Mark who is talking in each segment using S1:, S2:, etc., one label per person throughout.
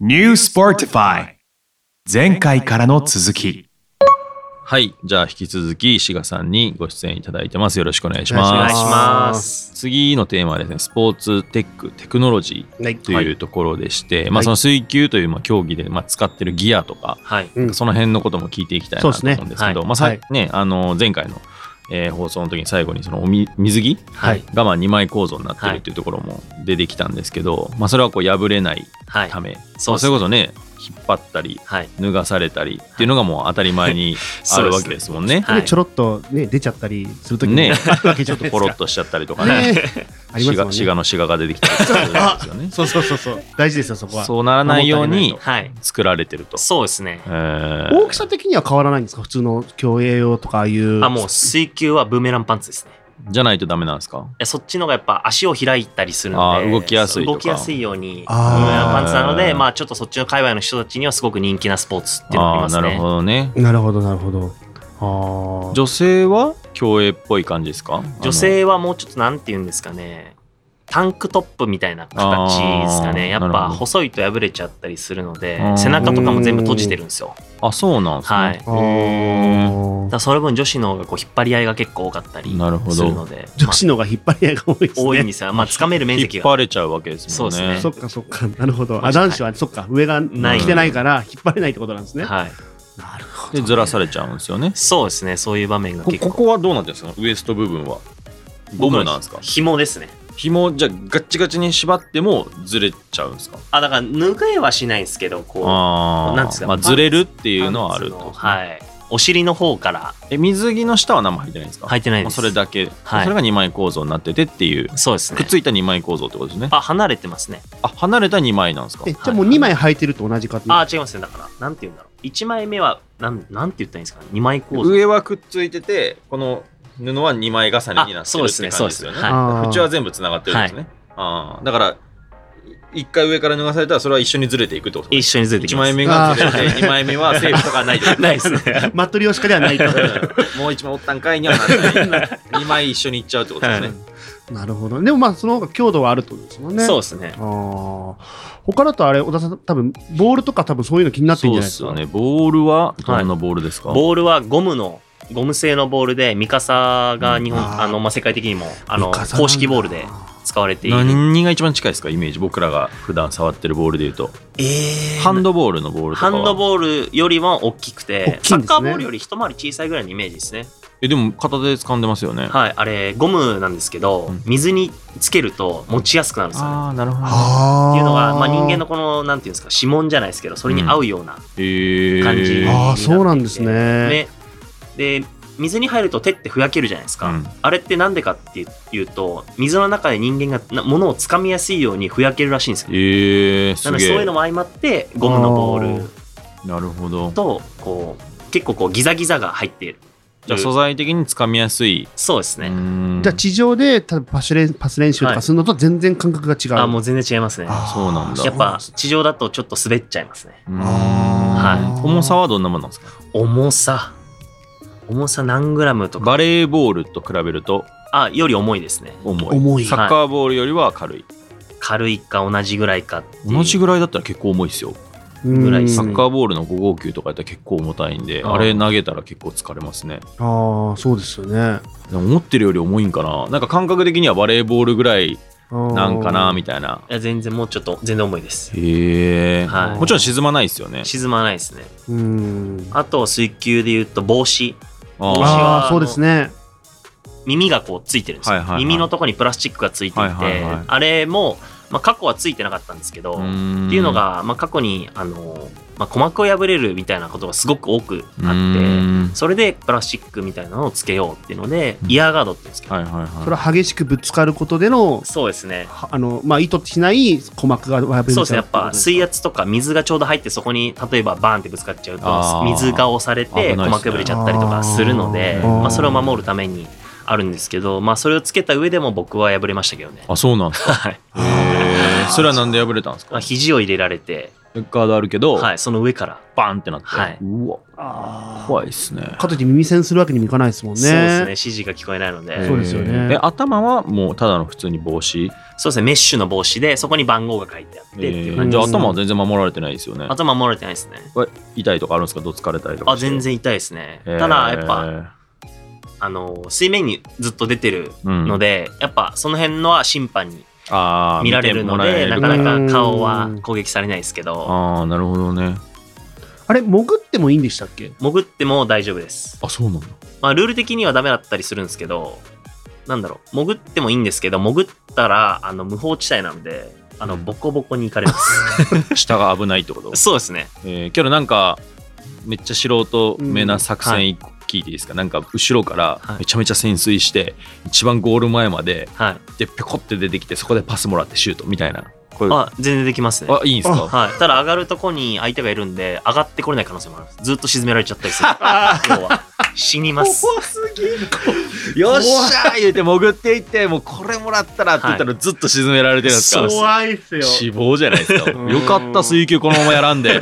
S1: New Sportify 前回からの続き
S2: はい。じゃあ、引き続き、志賀さんにご出演いただいてます。よろしくお願いします。。
S3: お願いします
S2: 次のテーマはですね、スポーツテック、テクノロジ
S3: はい
S2: ーというところでして、ま
S3: は
S2: あ、
S3: い
S2: その水球という、まあ、競技で、まあ、使ってるギアとか、
S4: はい。
S3: うん
S2: その辺のことも聞いていきたいな
S3: そう
S2: と
S3: ですね
S2: 思うんですけど、
S4: は
S2: まあ、さ
S3: はい
S2: ね、あの、前回の、えー放送の時に最後に、そのおみ、水着
S4: はい。
S2: が、まあ、2枚構造になって
S4: は
S2: る
S4: い
S2: というところも出てきたんですけど、まあ、それはこう、破れない
S4: はい。
S2: ため、
S4: そ
S2: そうう
S4: です
S2: それこそね、引っ張ったり、
S4: はい。
S2: 脱がされたりっていうのがもう当たり前にあるわけですもんね。
S4: はい
S3: ちょろっとね出ちゃったりするときも
S2: ね
S3: あるわけじゃないです
S2: ポ
S3: か
S2: ロッとしちゃったりとか ね。
S3: あります
S2: 滋
S3: も
S2: 賀
S3: んね
S2: 滋賀の滋賀が出てきたりとかするんですよ
S3: そうそうそうそう大事ですよそこ
S2: ね。
S3: は
S2: そうならないように
S4: はい。
S2: 作られてると。
S4: そうですね
S2: え。ー
S3: 大きさ的には変わらないんですか普通の競泳用とかああいう
S4: あ、もう水球はブーメランパンツですね。
S2: じゃないとダメなんですか。
S4: えそっちのがやっぱ足を開いたりする
S2: あ
S4: の
S2: ー
S4: で、
S2: 動きやすいとか
S4: 動きやすいように、ブ
S3: あー
S4: ーメランパンツなの
S2: え
S4: で、
S2: ー
S4: まあちょっとそっちの界隈の人たちにはすごく人気なスポーツっていうのがあ
S2: あ
S4: り
S2: あ
S4: ま
S2: ー
S4: す
S2: なるほ
S4: ね。
S2: どね。
S3: なるほどなるほどああ
S2: 女性は競泳っぽい感じですか。
S4: 女性はもうちょっとなんて言うんですかね。タンクトップみたいな形ですかね。
S2: あー
S4: やっ
S2: なるほ
S4: ぱ
S2: ど
S4: 細いと破れちゃったりするので
S2: あー、
S4: 背中とかも全部閉じてるんですよ。
S2: あの。あそうなんですね。
S4: はい。だか
S3: あー
S4: らその分女子の方がこう引っ張り合いが結構多かったり
S2: なるほど
S4: するので、
S3: 女子の方が引っ張り合いが多いですね
S4: 多いんですよ。まあ、掴める面積
S2: 引っ
S4: が。
S2: 張れちゃうわけですもん
S4: そうで
S2: ね。
S4: す
S3: そっ
S4: ね
S3: かそっかなるほど
S4: ま
S3: あ
S4: あ
S3: 男子はそっか上が
S4: ない
S3: 着てないから引っ張れないってことなんですね
S4: はい。
S3: なるほ
S2: でずらされちゃうんですよね。
S4: そうですね。そういう場面が
S2: こ
S4: 結
S2: こ
S4: 構。
S2: こはどうなってるんですか。ウエスト部分は。ゴムなんですか。
S4: 紐ですね。
S2: 紐じゃあガッチガチに縛ってもずれちゃうんですか。
S4: あ、だから脱げはしないんですけど、こ
S2: ああ。
S4: なんですか
S2: まあずれるって
S4: う。
S2: いうのはあると。
S4: はい。お尻の方から
S2: え水着の下は何も入ってないんですか
S4: 履いてない
S2: もう
S4: です。
S2: それだけ、
S4: はい
S2: それが2枚構造になっててっていう
S4: そうです
S2: く
S4: ね
S2: っ。ついた2枚構造ってことですね
S4: あ、離れてますね。
S2: あ離れた2枚なんですか
S3: えじゃあもう2枚履いてると同じ形
S4: あ、違いますね。だから、なんて言うんだろう。1枚目は、なん、なんて言ったらいいんですかね。2枚構造。
S2: 上はくっついててこの布は2枚重ねにな
S4: あ、
S2: って
S4: そう
S2: る
S4: で
S2: っ
S4: す
S2: て感
S4: ね。
S2: じ
S4: そ
S2: で
S4: うですす
S2: よ
S4: ね。
S2: ね
S4: は
S3: あー
S2: 縁は全部つながってるんですね、あーだから1回上から脱がされたらそれは一緒にずれていくってこと
S4: い。一緒にずれてき
S2: 1
S4: ます。
S2: 枚目がずれて2枚目はセーフとかはないで
S4: ないですね。
S3: マットリオシカではないと
S2: うん もう1枚おったんかいにはならない2枚 一緒にいっちゃうってことですね、
S3: なるほど。でもまあその方が強度はあるってことですも んね。
S4: そう
S3: う。
S4: ですね。
S3: ああ。他だとあれ小田さん多分ボールとか多分そういうの気になってるんじゃないですか。
S2: そうっすよね。ボールはどんなボールですか、
S4: ボールはゴムの、ゴム製のボールで、ミカサが日本、
S3: うん
S4: あの、まあ、世界的にも、あの、
S3: ミカサなんだ
S4: 公式ボールで使われている。
S2: 何が一番近いですかイメージ僕らが普段触ってるボールでいうと
S4: え
S2: ハンドボールのボールとか
S4: ハ
S2: は
S4: ンドボールよりは大きくて、
S3: 大きい
S4: サ
S3: んですね
S4: ッカーボールより一回り小さいぐらいのイメージですね。
S2: えでも片手で掴んでますよね、
S4: はい、あれ、ゴムなんですけど
S2: うん、
S4: 水につけると持ちやすくなるんですよね。
S2: ああなるほど
S3: ああ。
S4: っていうのが、まあ、人間のこの、なんていうんですか、指紋じゃないですけど、それに合うような
S2: へえ
S4: 感じになっていて。
S3: あーそうなんですね
S4: で、で水に入ると手ってふやけるじゃないですか。
S2: うん
S4: あれってなんでかっていうと、水の中で人間がな物を掴みやすいようにふやけるらしいんですよ。
S2: えー、
S4: な
S2: す
S4: ので、
S2: げ
S4: そういう
S2: え
S4: のも相まって、ゴムのボール
S2: なるほど
S4: と、こう、結構こう、ギザギザが入っている。
S2: じゃあ素材的に掴みやすい、
S4: そうですね。
S2: ね
S3: じゃあ地上で例えばパス練パス練習とかするのと全然感覚が違う。
S4: あ、もう全然違いますね。
S3: あー
S2: そうなんだ
S4: やっぱ、地上だとちょっと滑っちゃいますね。
S3: あー
S2: 重さはどんなものなんですか
S4: 重さ。重さ何グラムとか。
S2: バレーボールと比べると
S4: あ、より重いですね。
S2: 重い
S3: 重い。
S2: サッカーボールよりは軽い、
S4: 軽いか同じぐらいかっていう。
S2: 同じぐらいだったら結構重いですよ
S3: ぐ
S4: らい
S2: サ
S4: サ
S2: ッカーボールの5号球とかやったら結構重たいんで、
S4: うん
S2: あれ投げたら結構疲れますね。
S3: ああそうですよね。あ
S2: でも思ってるより重いんかな。なんか感覚的にはバレーボールぐらい
S3: ー
S2: なんかな、みたいな。
S4: いや、全然もうちょっと、全然重いです。
S2: へえ。
S4: はい
S2: もちろん沈まないですよね。
S4: 沈まないですね。
S3: うん。
S4: あと、水球で言うと、帽子。
S2: あ
S4: は
S3: ああそうですね。
S4: 耳がこうついてるんですよ、
S2: はいはいはい
S4: 耳のとこにプラスチックがついていて、
S2: はいはいはい
S4: あれも、まあ、過去はついてなかったんですけど、
S2: あ。
S4: っ
S2: って
S4: いうのが、まあ、過去にあの、まあ、鼓膜を破れるみたいなことがすごく多くあってそれでプラスチックみたいなのをつけようっていうので、
S2: うん
S4: イヤーガードって言うんですけど、
S2: はいはいはい。
S3: それは激しくぶつかることでの
S4: そうですね
S3: はあのまあ意図しない鼓膜が破れ
S4: そうですねやっぱ水
S3: 圧
S4: 圧とか水がちょうど入ってそこに例えばバーンってぶつかっちゃう
S2: あー
S4: と水が押されて
S2: 危ない
S4: 鼓
S2: っすね
S4: 膜破れちゃったりとかするので
S2: あー
S4: まあ、それを守るためにあるんですけど、まあ、それをつけた上でも僕は破れましたけどね。
S2: あ、そうなんですか。
S4: はい
S2: へえ。それはなんで破れたんです
S4: まあ
S2: か
S4: 肘を入れられて
S2: ガードあるけど、
S4: はい、その上から。
S2: バンってなって、
S4: はいう
S2: わ
S3: あ
S2: 怖いっすね
S3: かといって耳栓するわけにもいかないですもんね。
S4: そうですね、指示が聞こえないの
S2: えー
S4: で。
S3: そうですよね
S2: え頭はもうただの普通に帽子、
S4: そうですね、メッシュの帽子で、そこに番号が書いてあってって
S2: え
S4: いう
S2: ー
S4: 感
S2: じ
S4: じ
S2: ゃ
S4: で
S2: あ
S4: す。
S2: 頭は全然守られてないですよね
S4: 頭守られてないですね。
S2: 痛いとかあるんですかどつかれたりとか
S4: あ、全然痛いですね。ただ、やっぱ、あの、水面にずっと出てるの
S2: ので、
S4: で、やっぱその辺のは審判に
S2: あー
S4: 見られるの
S2: 見て
S4: で、
S2: もらえ
S4: な
S2: る
S4: かなか顔
S3: う
S4: は
S3: ん
S4: 攻撃されないですけど、
S2: ああなるほどね
S3: あれ、潜ってもいいんでしたっけ
S4: 潜っても大丈夫です。
S2: あそうなんだ
S4: まあ、ルール的にはダメだったりするんですけど、なんだろう、潜ってもいいんですけど、潜ったら、あの、無法地帯なので、あの、
S2: うん
S4: ボコボコに行か れます。
S2: 下が危ないってこと、
S4: そうですね。
S2: えー、けどなんかめっちゃ素人目な作戦一個聞いていいですか、なんか後ろから
S4: はい
S2: めちゃめちゃ潜水して一番ゴール前まで
S4: はい。
S2: でぴょこって出てきてそこでパスもらってシュートみたいなこういうあ
S4: あ、全然できますね。
S2: いいんですか
S4: はい、ただ上がるとこに相手がいるんで上がってこれない可能性もあるんですずっと沈められちゃったり する要は死にます
S2: よっしゃー言うて潜っていってもうこれもらったらって言ったらずっと沈められてるんですか、
S4: そうです
S3: 怖いっすよ
S2: 死亡じゃないですか
S3: うん
S2: よかった水球このままやらん で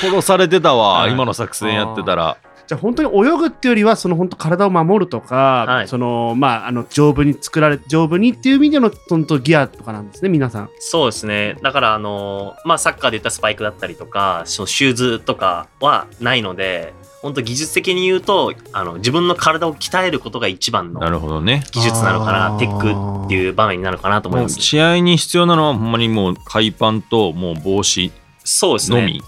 S2: 殺されてたわ、
S4: はい
S2: 今の作戦やってたら
S3: じゃあ本当に泳ぐっていうよりはその本当体を守るとか、
S4: はい
S3: そのまああの丈夫に作られ丈夫にっていう意味での本当ギアとかなんですね皆さん。
S4: そうですねだからあのーまあサッカーで言ったスパイクだったりとかそのシューズとかはないので本当技術的に言うとあの自分の体を鍛えることが一番の
S2: なるほどね
S4: 技術なのか
S3: あー
S4: なテックっていう場面になるかなと思い
S2: も
S4: ま
S2: う
S4: す、
S2: 試合に必要なのはほんまにもう海パンともう帽子
S4: そうです
S2: の
S4: ね
S2: み、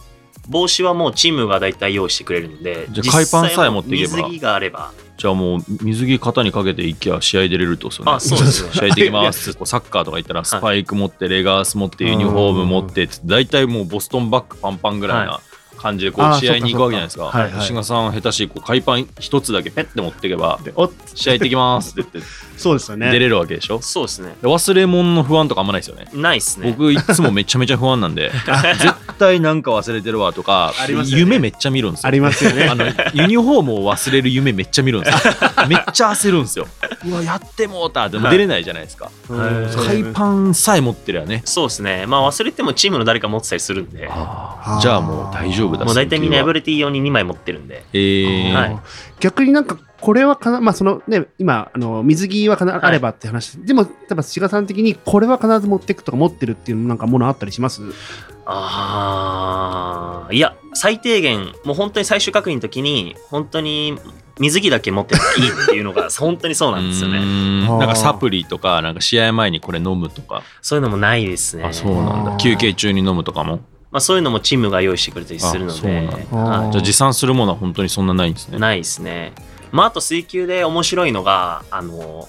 S4: 帽子はもうチームが大体用意してくれるので
S2: じゃあ
S4: 実際
S2: 海パンさえ持っていけば
S4: 水着があれば
S2: じゃあもう水着肩にかけていきゃ試合出れるってこと
S4: あそうですね
S2: 試合でき ますこうサッカーとか行ったらスパイク持ってレガース持ってユニフォーム持ってって大体もうボストンバッグパンパンぐらいな感じでこう
S3: あー
S2: 試合に行くわけじゃないです
S3: そっかそ
S2: か
S3: っかはいはい
S2: 志賀さん下手しいこう海パン一つだけペッて持っていけば
S3: でお
S2: 試合できますって言って
S3: そうですよ
S2: 出れるわけでしょ
S4: そうですね
S2: で忘れ物の不安とかあんまないですよね
S4: ないっすね
S2: 僕いつもめちゃめちゃ不安なんで絶対なんか忘れてるわとか
S3: ありますよね
S2: 夢めっちゃ見るんですよ
S3: ありますよね。
S2: あのユニフォームを忘れる夢めっちゃ見るんですよめっちゃ焦るんですようわやってもうたでも出れないじゃないですか
S3: うん
S4: はい
S3: そうだよね
S2: 海パンさえ持ってりゃね
S4: そうですね。まあ忘れてもチームの誰か持ってたりするんで、も
S2: あーじゃあもう大丈夫だ
S4: う大体みんな破
S2: れ
S4: れていいように2枚持ってるんで。
S2: えー
S4: はい
S3: 逆になんかこれはかな、まあそのね、今あの水着はかな、
S4: い
S3: あればって話でも例えば志賀さん的にこれは必ず持っていくとか持ってるっていうなんかものあったりします
S4: ああ、いや、最低限、もう本当に最終確認の時に、本当に水着だけ持ってたらいいってい うのが、本当にそうなんですよ
S2: うーん
S4: ね。
S3: あー
S2: なんかサプリとかなんか試合前にこれ飲むとか
S4: そういうのもないですね。
S2: あそうなん
S3: あー
S2: だ休憩中に飲むとかも
S4: まあそういうのもチームが用意してくれたりするの
S2: あそうな
S4: で
S2: んだ、
S4: は
S2: じゃあ持参するものは本当にそんなないんです
S4: い
S2: ね
S4: ないですね。まああと水球で面白いのが、あの、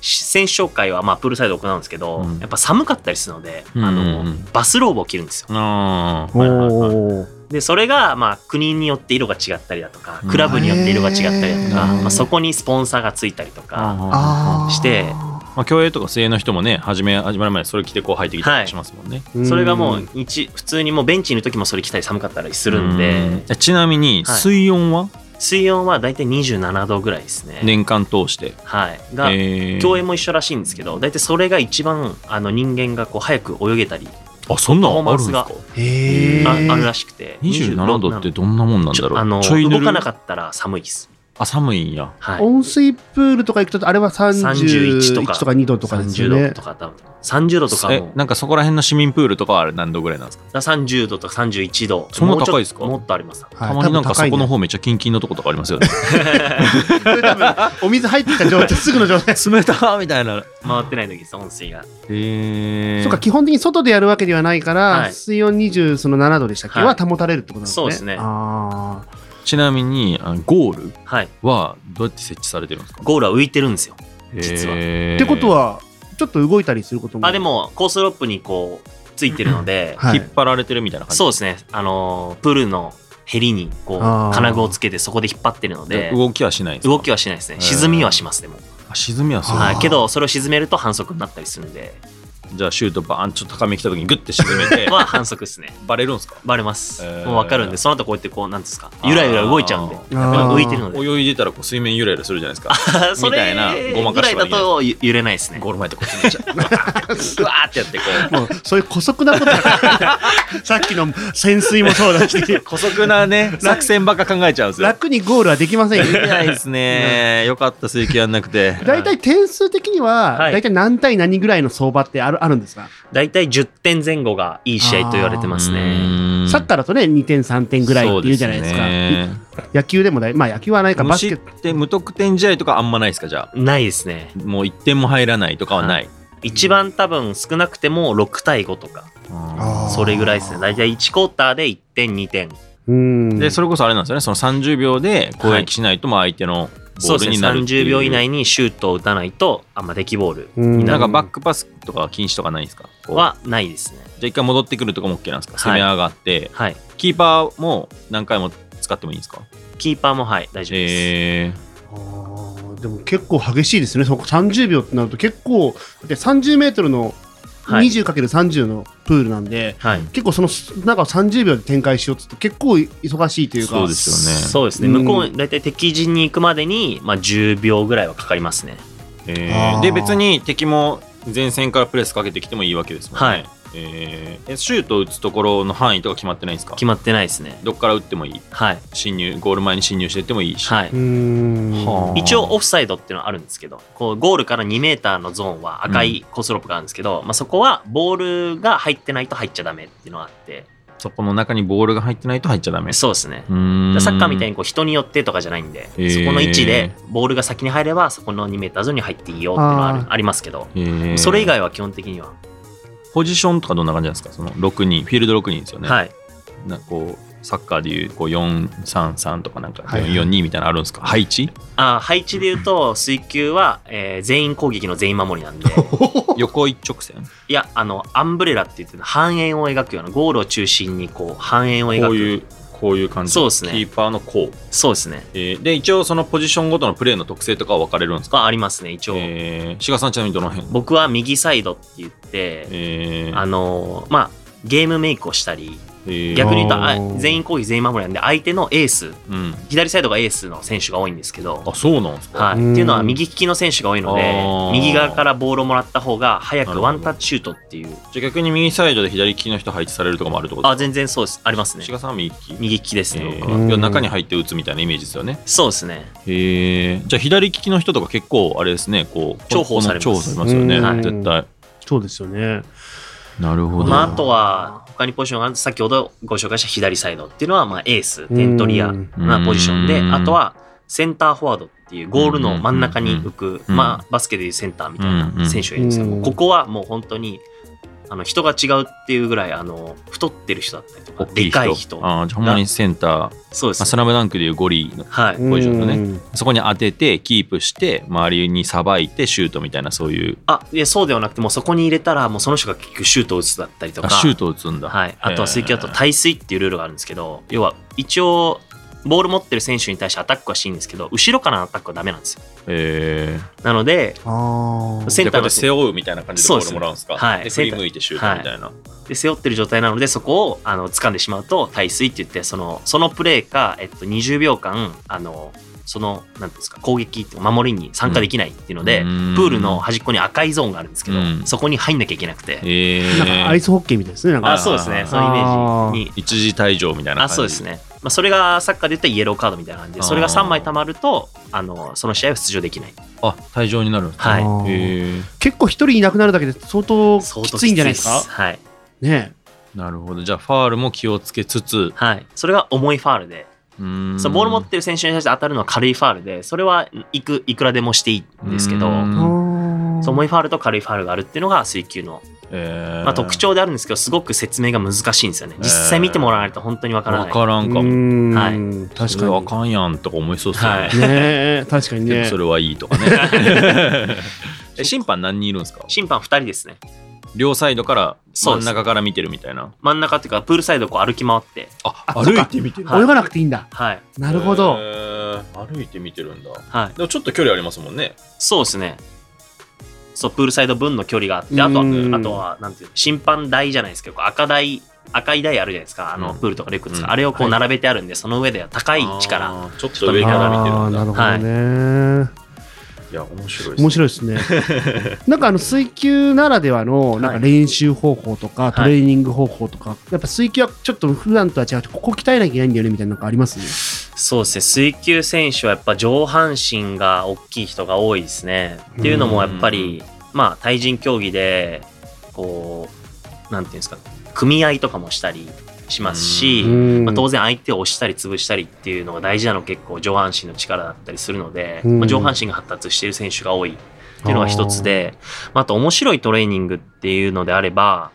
S4: し選手紹介はまあプールサイドで行うんですけど、
S2: うん
S4: やっぱ寒かったりするので、
S2: う
S4: あ
S2: んうんう
S4: の
S2: ん
S4: バスローブを着るんですよ。
S2: あ
S3: お
S2: ー
S3: おー
S4: でそれがまあ国によって色が違ったりだとか
S2: うん
S4: クラブによって色が違ったりだとか、
S2: へー
S4: まあ、そこにスポンサーがついたりとか
S2: あ
S3: ー
S4: して
S2: ーまあ競泳とか水泳の人もね始め始まる前にそれ着てこう入ってきた
S4: は
S2: り
S4: い
S2: しますもんね
S4: それがも
S3: ん
S4: う日普通にもうベンチにいる時もそれ着たり寒かったりするんで
S2: うんちなみに
S4: はい
S2: 水温は
S4: 水温は大体27度ぐらいですね
S2: 年間通して、
S4: はいが、
S2: えー
S4: 競泳も一緒らしいんですけど大体それが一番あの人間がこう早く泳げたり
S2: あそんな
S4: パフォー
S2: ん
S4: マ
S2: あ
S4: ン
S2: るん
S4: ス
S2: です
S4: が
S2: か
S3: へ
S4: あ
S3: ー
S4: あるらしくて
S2: 27度ってどんなもんなん
S4: ち
S2: だろ
S4: ょ
S2: う
S4: あの
S2: ちょいぬる
S4: 動かなかったら寒いです、
S2: あ寒いんや
S4: はい、
S3: 温水プールとか行くとあれは31
S4: 31
S3: と
S4: と
S3: か
S4: か
S3: 2度とかですよ
S4: 30
S3: ね
S4: 度と。か多分30度とか
S2: え
S4: も
S2: なんかそこら辺の市民プールとかはあれ何度ぐらいなんですか
S4: だから30度とか31度
S2: そんな
S4: もうちょ
S2: 高いですか
S4: もっとあります
S3: は
S2: たまになんかそこの
S3: 方
S2: 方めっちゃキンキンのとことかありますよね
S3: お水入ってきた状 態すぐの状態
S2: 冷たーみたいな
S4: 回ってない時です温水が
S2: へえ
S3: そうか基本的に外でやるわけではないから、
S4: はい
S3: 水温27度でしたっけ、
S4: はい
S3: は保たれるってことなんですね。
S4: そうですね
S3: あー
S2: ちなみにあのゴール
S4: はい
S2: はどうやって設置されてるんですか
S4: ゴールは浮いてるんですよ実は
S2: へー
S3: ってことはちょっと動いたりすることも
S4: あでもコースロープにこうついてるので、
S3: はい
S2: 引っ張られてるみたいな感じ
S4: そうですねあのープールのヘリにこう
S3: あー
S4: 金具をつけてそこで引っ張ってるので
S2: 動きはしないんですか
S4: 動きはしないですね
S2: へー
S4: 沈みはしますでも、
S2: あ沈みはする
S3: あー
S4: はい、けどそれを沈めると反則になったりするんで
S2: じゃあシュートバーンちょっと高めに来た時にグッて沈め て
S4: は反則ですね。
S2: バレるんですか
S4: バレます。
S2: えー
S4: もう分かるんで、その後こうやってこう、なんですか、ゆらゆら動いちゃうんで、
S2: あ
S3: あー
S4: 浮いてるので。
S2: 泳いでたらこう水面ゆらゆらするじゃないですか
S4: それ
S2: みたいなごま
S4: ぐ
S2: からし
S4: い
S2: は
S4: だ
S2: できない
S4: とゆ揺れないですね。
S2: ゴール前とこう沈めちゃううわーうわーってやってこう
S3: もうそういう古速なことだから さっきの潜水もそうだし
S2: 古速なね 作戦ばっか考えちゃうんですよ
S3: 楽にゴールはできませんよ
S2: できないですねよかった水球やんなくて
S3: 大体点数的には、
S4: はい
S3: 大体何対何ぐらいの相場ってあるあるんですか、
S4: 大体10点前後がいい試合と言われてますね。
S3: サッカーだとね、2点、3点ぐらいって言うじゃないですか。
S2: か
S3: 野球でもだい、まあ野球はないか、
S2: 無
S3: バスケ
S2: 失点無得点試合とかあんまないですかじゃあ
S4: ないですね。
S2: もう1点も入らないとかはない、
S4: 一番多分少なくても6対5とか、
S3: あー
S4: それぐらいですね。大体1クォーターで1点、2点。
S3: うん
S2: でそれこそあれなんですよねその30秒で攻撃しないとまあ相手の
S4: そ
S2: ボ
S4: う
S2: ール
S4: で
S2: に
S4: すね。
S2: なるっていう
S4: 30秒以内にシュートを打たないと、あんま出来ボール
S3: うん
S2: なんかバックパスとかは禁止とかないんですかこう
S4: はないですね。
S2: じゃあ一回戻ってくるとかも OK なんですか
S4: はい
S2: 攻め上がって、
S4: はい。
S2: キーパーも何回も使ってもいいんですか
S4: キーパーもはい、大丈夫です。
S2: え
S3: あーでも結構激しいですね、そこ30秒ってなると結構、で30メートルの
S4: はい
S3: 20×30 のプールなんで、
S4: はい。
S3: 結構その中を30秒で展開しようっつって、結構忙しいというか、
S2: そうですよね
S4: そうですね。
S3: うん
S4: 向こう、大体敵陣に行くまでに、まあ10秒ぐらいはかかりますね。
S2: ーえ
S3: あ
S2: ー
S3: ー。
S2: で別に敵も前線からプレスかけてきてもいいわけですもんね、
S4: はい
S2: えーえシュート打つところの範囲とか決まってないんですか
S4: 決まってないですね。
S2: どっから打ってもいい
S4: はい。
S2: 侵入ゴール前に侵入していってもいいし、
S4: はいう
S3: ん
S2: はあ
S4: 一応オフサイドっていうのはあるんですけどこうゴールから2メーターのゾーンは赤いコースロープがあるんですけど、まあ、そこはボールが入ってないと入っちゃダメっていうのがあって
S2: そこの中にボールが入ってないと入っちゃダメ
S4: そうですね
S2: うーん
S4: サッカーみたいにこう人によってとかじゃないんで、
S2: へー
S4: そこの位置でボールが先に入ればそこの2メーターゾーンに入っていいよっていうのはある
S3: あ
S4: ありますけど、
S2: えー
S4: それ以外は基本的には、
S2: ポジションとかどんな感じなんですかその6人フィールド6人ですよね、
S4: はい
S2: なこうサッカーでいうこう433とかなんか
S3: はいはい
S2: 442みたいなのあるんですか、配置
S4: あー配置で言うと水球は、えー全員攻撃の全員守 りなんで
S2: 横一直線
S4: いやあのアンブレラって言って半円を描くようなゴールを中心にこう半円を描く
S2: こういうこういう感じ
S4: そうですね
S2: キーパーのこう、
S4: そうですね
S2: えーで一応そのポジションごとのプレーの特性とかは分かれるんですか、
S4: がありますね一応、
S2: えー、志賀さんちなみにどの辺
S4: 僕は右サイドって言って、
S2: えー
S4: あのーまあゲームメイクをしたり
S2: えー
S4: 逆に言うとあ
S3: おー
S4: 全員攻撃全員守りなんで相手のエース
S2: うん、
S4: 左サイドがエースの選手が多いんですけど
S2: あ、そうなんですか、
S4: はい、
S3: うん
S4: っていうのは右利きの選手が多いので
S2: あー
S4: 右側からボールをもらった方が早
S2: な
S4: く
S2: るほど
S4: ワンタッチシュートっていう
S2: じゃあ逆に右サイドで左利きの人配置されるとかもあるってこと
S4: あ
S2: です
S4: 全然そうですありますね
S2: 志賀さんは右利き
S4: 右利きです
S2: え
S4: ね、
S2: ー
S4: 僕は
S3: うん
S2: 要は中に入って打つみたいなイメージですよね
S4: そうですね
S2: へえじゃあ左利きの人とか結構あれですねこう
S4: 重宝されます
S2: この重宝されますよね、
S3: うんはい
S2: 絶対
S3: そうですよね。
S2: なるほど、
S4: まあ、あとは他にポジションがある先ほどご紹介した左サイドっていうのはまあエース点取り屋
S3: うん
S4: なポジションで
S2: うん
S4: あとはセンターフォワードっていうゴールの真ん中に浮く、
S2: うん
S4: まあ、バスケでいうセンターみたいな選手がいるんですけど、
S3: うん
S4: ここはもう本当にあの人が違うっていうぐらいあの太ってる人だったりとか
S2: 大き
S4: でかい人
S2: あーじゃあほんまにセンター、ま
S4: そうで
S2: あ、
S4: す
S2: ス
S4: ね
S2: ラムダンクでいうゴリの
S4: はい
S2: ポジションだね
S3: うん
S2: そこに当ててキープして周りにさばいてシュートみたいなそういう
S4: あいやそうではなくてもうそこに入れたらもうその人が結局シュートを打つだったりと
S2: あ
S4: か
S2: シュートを打つんだ、
S4: はい、あとは水球だと
S2: へー
S4: 耐水っていうルールがあるんですけど要は一応ボール持ってる選手に対してアタックはしていいんですけど後ろからのアタックはダメなんですよ
S2: え
S4: なので
S3: あー
S2: ー、
S4: セ
S2: じ
S4: ン
S2: ゃあこうや
S4: ター
S2: って
S4: の
S2: 背負うみたいな感じでボールもらうんですか
S4: そうで
S2: です
S4: はい
S2: 振り向いてシュートみたいな、
S4: で背負ってる状態なのでそこをあの掴んでしまうと耐水って言ってそのそのプレーか、えっと、20秒間あのそのなんていうんですか攻撃っていうか守りに参加できないっていうので、
S2: うん
S4: プールの端っこに赤いゾーンがあるんですけど、
S2: うん
S4: そこに入んなきゃいけなくて、
S2: えー
S3: なんかアイスホッケーみたいですね、なんか。
S4: あそうですねそのイメージに
S2: 一時退場みたいな感
S4: あ
S2: じ
S4: そうですね、まあ、それがサッカーで言ったらイエローカードみたいな感じでそれが3枚たまるとあのその試合は出場できない
S2: あ退場になるんですか
S4: はい
S3: あー
S2: へえ
S3: 結構一人いなくなるだけで相当
S4: 相
S3: き
S4: 当
S3: ついんじゃないですか
S4: はい、
S3: ね
S2: なるほどじゃあファールも気をつけつつ
S4: はい、それが重いファールで
S2: うーん
S4: そのボール持ってる選手に対して当たるのは軽いファールでそれはいくいくらでもしていいんですけど
S2: うん
S3: え。あー
S4: そう重いファールと軽いファールがあるっていうのが水球の、
S2: えー
S4: まあ、特徴であるんですけどすごく説明が難しいんですよね実際見てもらわないと本当にわから
S2: わ
S4: ない、
S2: からんか
S3: う
S2: も
S3: ん
S4: はい
S3: 確
S2: それあ
S3: か
S2: かんやんとか思いそうっすよね、
S4: はい
S3: に。ねえ確かに
S2: でも
S3: ね
S2: そ。れはいいとか ね え審判何人いるんですか
S4: 審判2人ですね
S2: 両サイドから
S4: そう
S2: 真
S4: で
S2: ん
S4: す
S2: 中から見てるみたいな
S4: 真ん中っていうかプールサイドをこう歩き回って
S2: あ
S3: あそっか
S2: みてる
S4: はい
S3: 泳がなくていいんだ。
S4: はい
S3: なるほど。
S2: えー歩いて見てるんだ
S4: はい
S2: でもちょっと距離ありますもんね
S4: そうですねそうプールサイド分の距離があってあと
S3: うん
S4: はあとはなんていうの審判台じゃないですけどこう赤台赤い台あるじゃないですかあの、
S2: うん
S4: プールとかレックですか、
S2: うん
S4: あれをこう並べてあるんで、その上では高い位置から
S5: あーちょっと上から見て
S3: あ
S5: る
S3: ー
S5: ん
S3: な
S5: だ
S3: るほどね、
S5: いや面白いです
S3: 面白いですね なんかあの水球ならではのなんか練習方法とかトレーニング方法とか、やっぱ水球はちょっと普段とは違うここ鍛えなきゃいけないんだよねみたいなのがあります
S4: そうですね水球選手はやっぱ上半身が大きい人が多いですね。っていうのもやっぱりまあ対人競技でこうなんていうんですか組合とかもしたりしますし、
S3: うん
S4: まあ、当然相手を押したり潰したりっていうのが大事なの結構上半身の力だったりするので、
S3: うん
S4: まあ、上半身が発達している選手が多いっていうのが一つであ,、まあ、あと面白いトレーニングっていうのであれば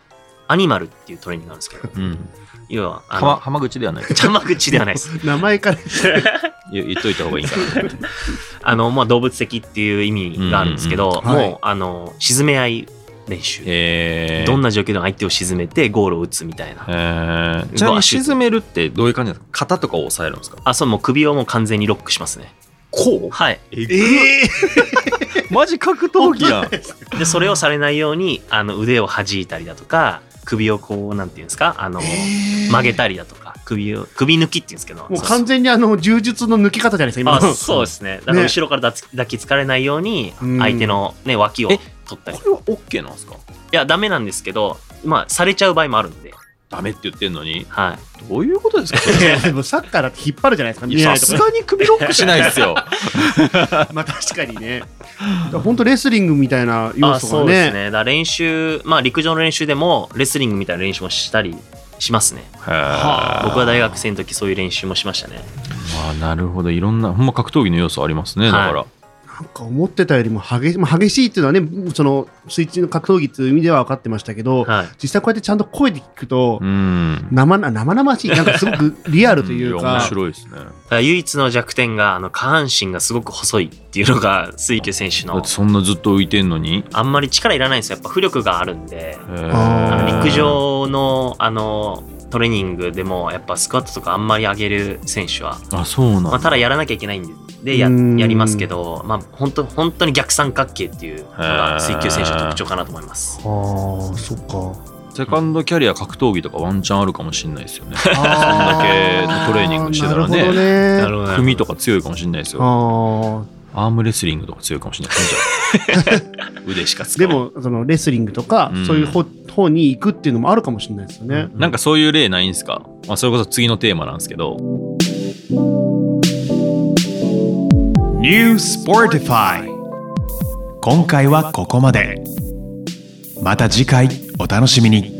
S4: アニマルっていうトレーニングなんです けど
S2: うん
S4: 要はあ
S2: 浜
S4: の
S2: 浜口ではない
S4: 邪魔口で はないです
S3: 名前から
S2: 言言っといた方がいいかな
S4: あの、まあ、動物的っていう意味があるんですけど、
S3: うんうんうんはい
S4: もうあの沈め合い練習、
S2: えー、
S4: どんな状況でも相手を沈めてゴールを打つみたいな、
S2: えー、ちなみに沈めるってどういう感じなんですか肩とかを押さえるんですか
S4: あそうもう首をもう完全にロックしますね
S2: こ
S4: はい
S2: えー、 マジ格闘技やん
S4: でそれをされないようにあの腕を弾いたりだとか首をこうなんていうんですかあの、曲げたりだとか首を首抜きっていうんですけど
S3: もう
S4: そうそう
S3: 完全にあの柔術の抜き方じゃないですか今
S4: あ
S3: の
S4: そうですねだから後ろから抱き抱きつかれないように
S3: うん
S4: 相手の、ね、脇を取
S2: え
S4: ったりい
S2: これは OK なんですか
S4: やダメなんですけどまあされちゃう場合もあるんで
S2: ダメって言ってんのに
S4: はい
S2: どういうことですかそれ
S3: でもサッカーだって引っ張るじゃないですか見えない
S2: さ
S3: と
S2: す
S3: こ
S2: がに首ロックしないですよ
S3: まあ確かにね本当レスリングみたいな要
S4: あ
S3: 素
S4: そ
S3: が
S4: うで
S3: ね
S4: すねだから練習まあ陸上の練習でもレスリングみたいな練習もしたりしますね
S2: 僕は
S4: 僕は大学生の時そういう練習もしましたね
S2: まあなるほどいろんなほんま格闘技の要素ありますねだから、
S4: は
S3: なんか思ってたよりも激し,、まあ、激しいっていうのはねその水中の格闘技という意味では分かってましたけど、
S4: はい
S3: 実際こうやってちゃんと声で聞くと、
S2: うん
S3: 生な生々しいなんかすごくリアルという
S2: や面
S3: か、
S2: 白いですね
S4: だから唯一の弱点があの下半身がすごく細いっていうのが水球選手
S2: だっ
S4: の
S2: てそんなずっと浮いてんのに
S4: あんまり力いらないんですよやっぱ浮力があるん
S2: へ
S4: で
S2: ー
S3: あ
S4: あの
S3: ー
S4: 陸上のあのトレーニングでもやっぱスクワットとかあんまり上げる選手は、
S2: あそうなんだ、
S4: まあ、ただやらなきゃいけないんででや
S3: うん
S4: やりますけど、まあ、本当本当に逆三角形っていうのが水球選手の特徴かなと思います。
S3: ああそっか
S2: セカンドキャリア格闘技とかワンチャンあるかもしれないですよね
S3: あ
S2: そんだけのトレーニングしてたらね
S3: なるほどね
S4: なるほど
S2: 組とか強いかもしれないですよ
S3: あ
S2: アームレスリングとか強いかもしれないじゃあ腕しか
S3: ー
S2: 使
S3: で
S2: わない
S3: もそのレスリングとか、
S2: うん
S3: そういう方方に行くっていうのもあるかもしれないですよね、
S2: なんかそういう例ないんですか、まあ、それこそ次のテーマなんですけど
S1: New Sportify 今回はここまでまた次回お楽しみに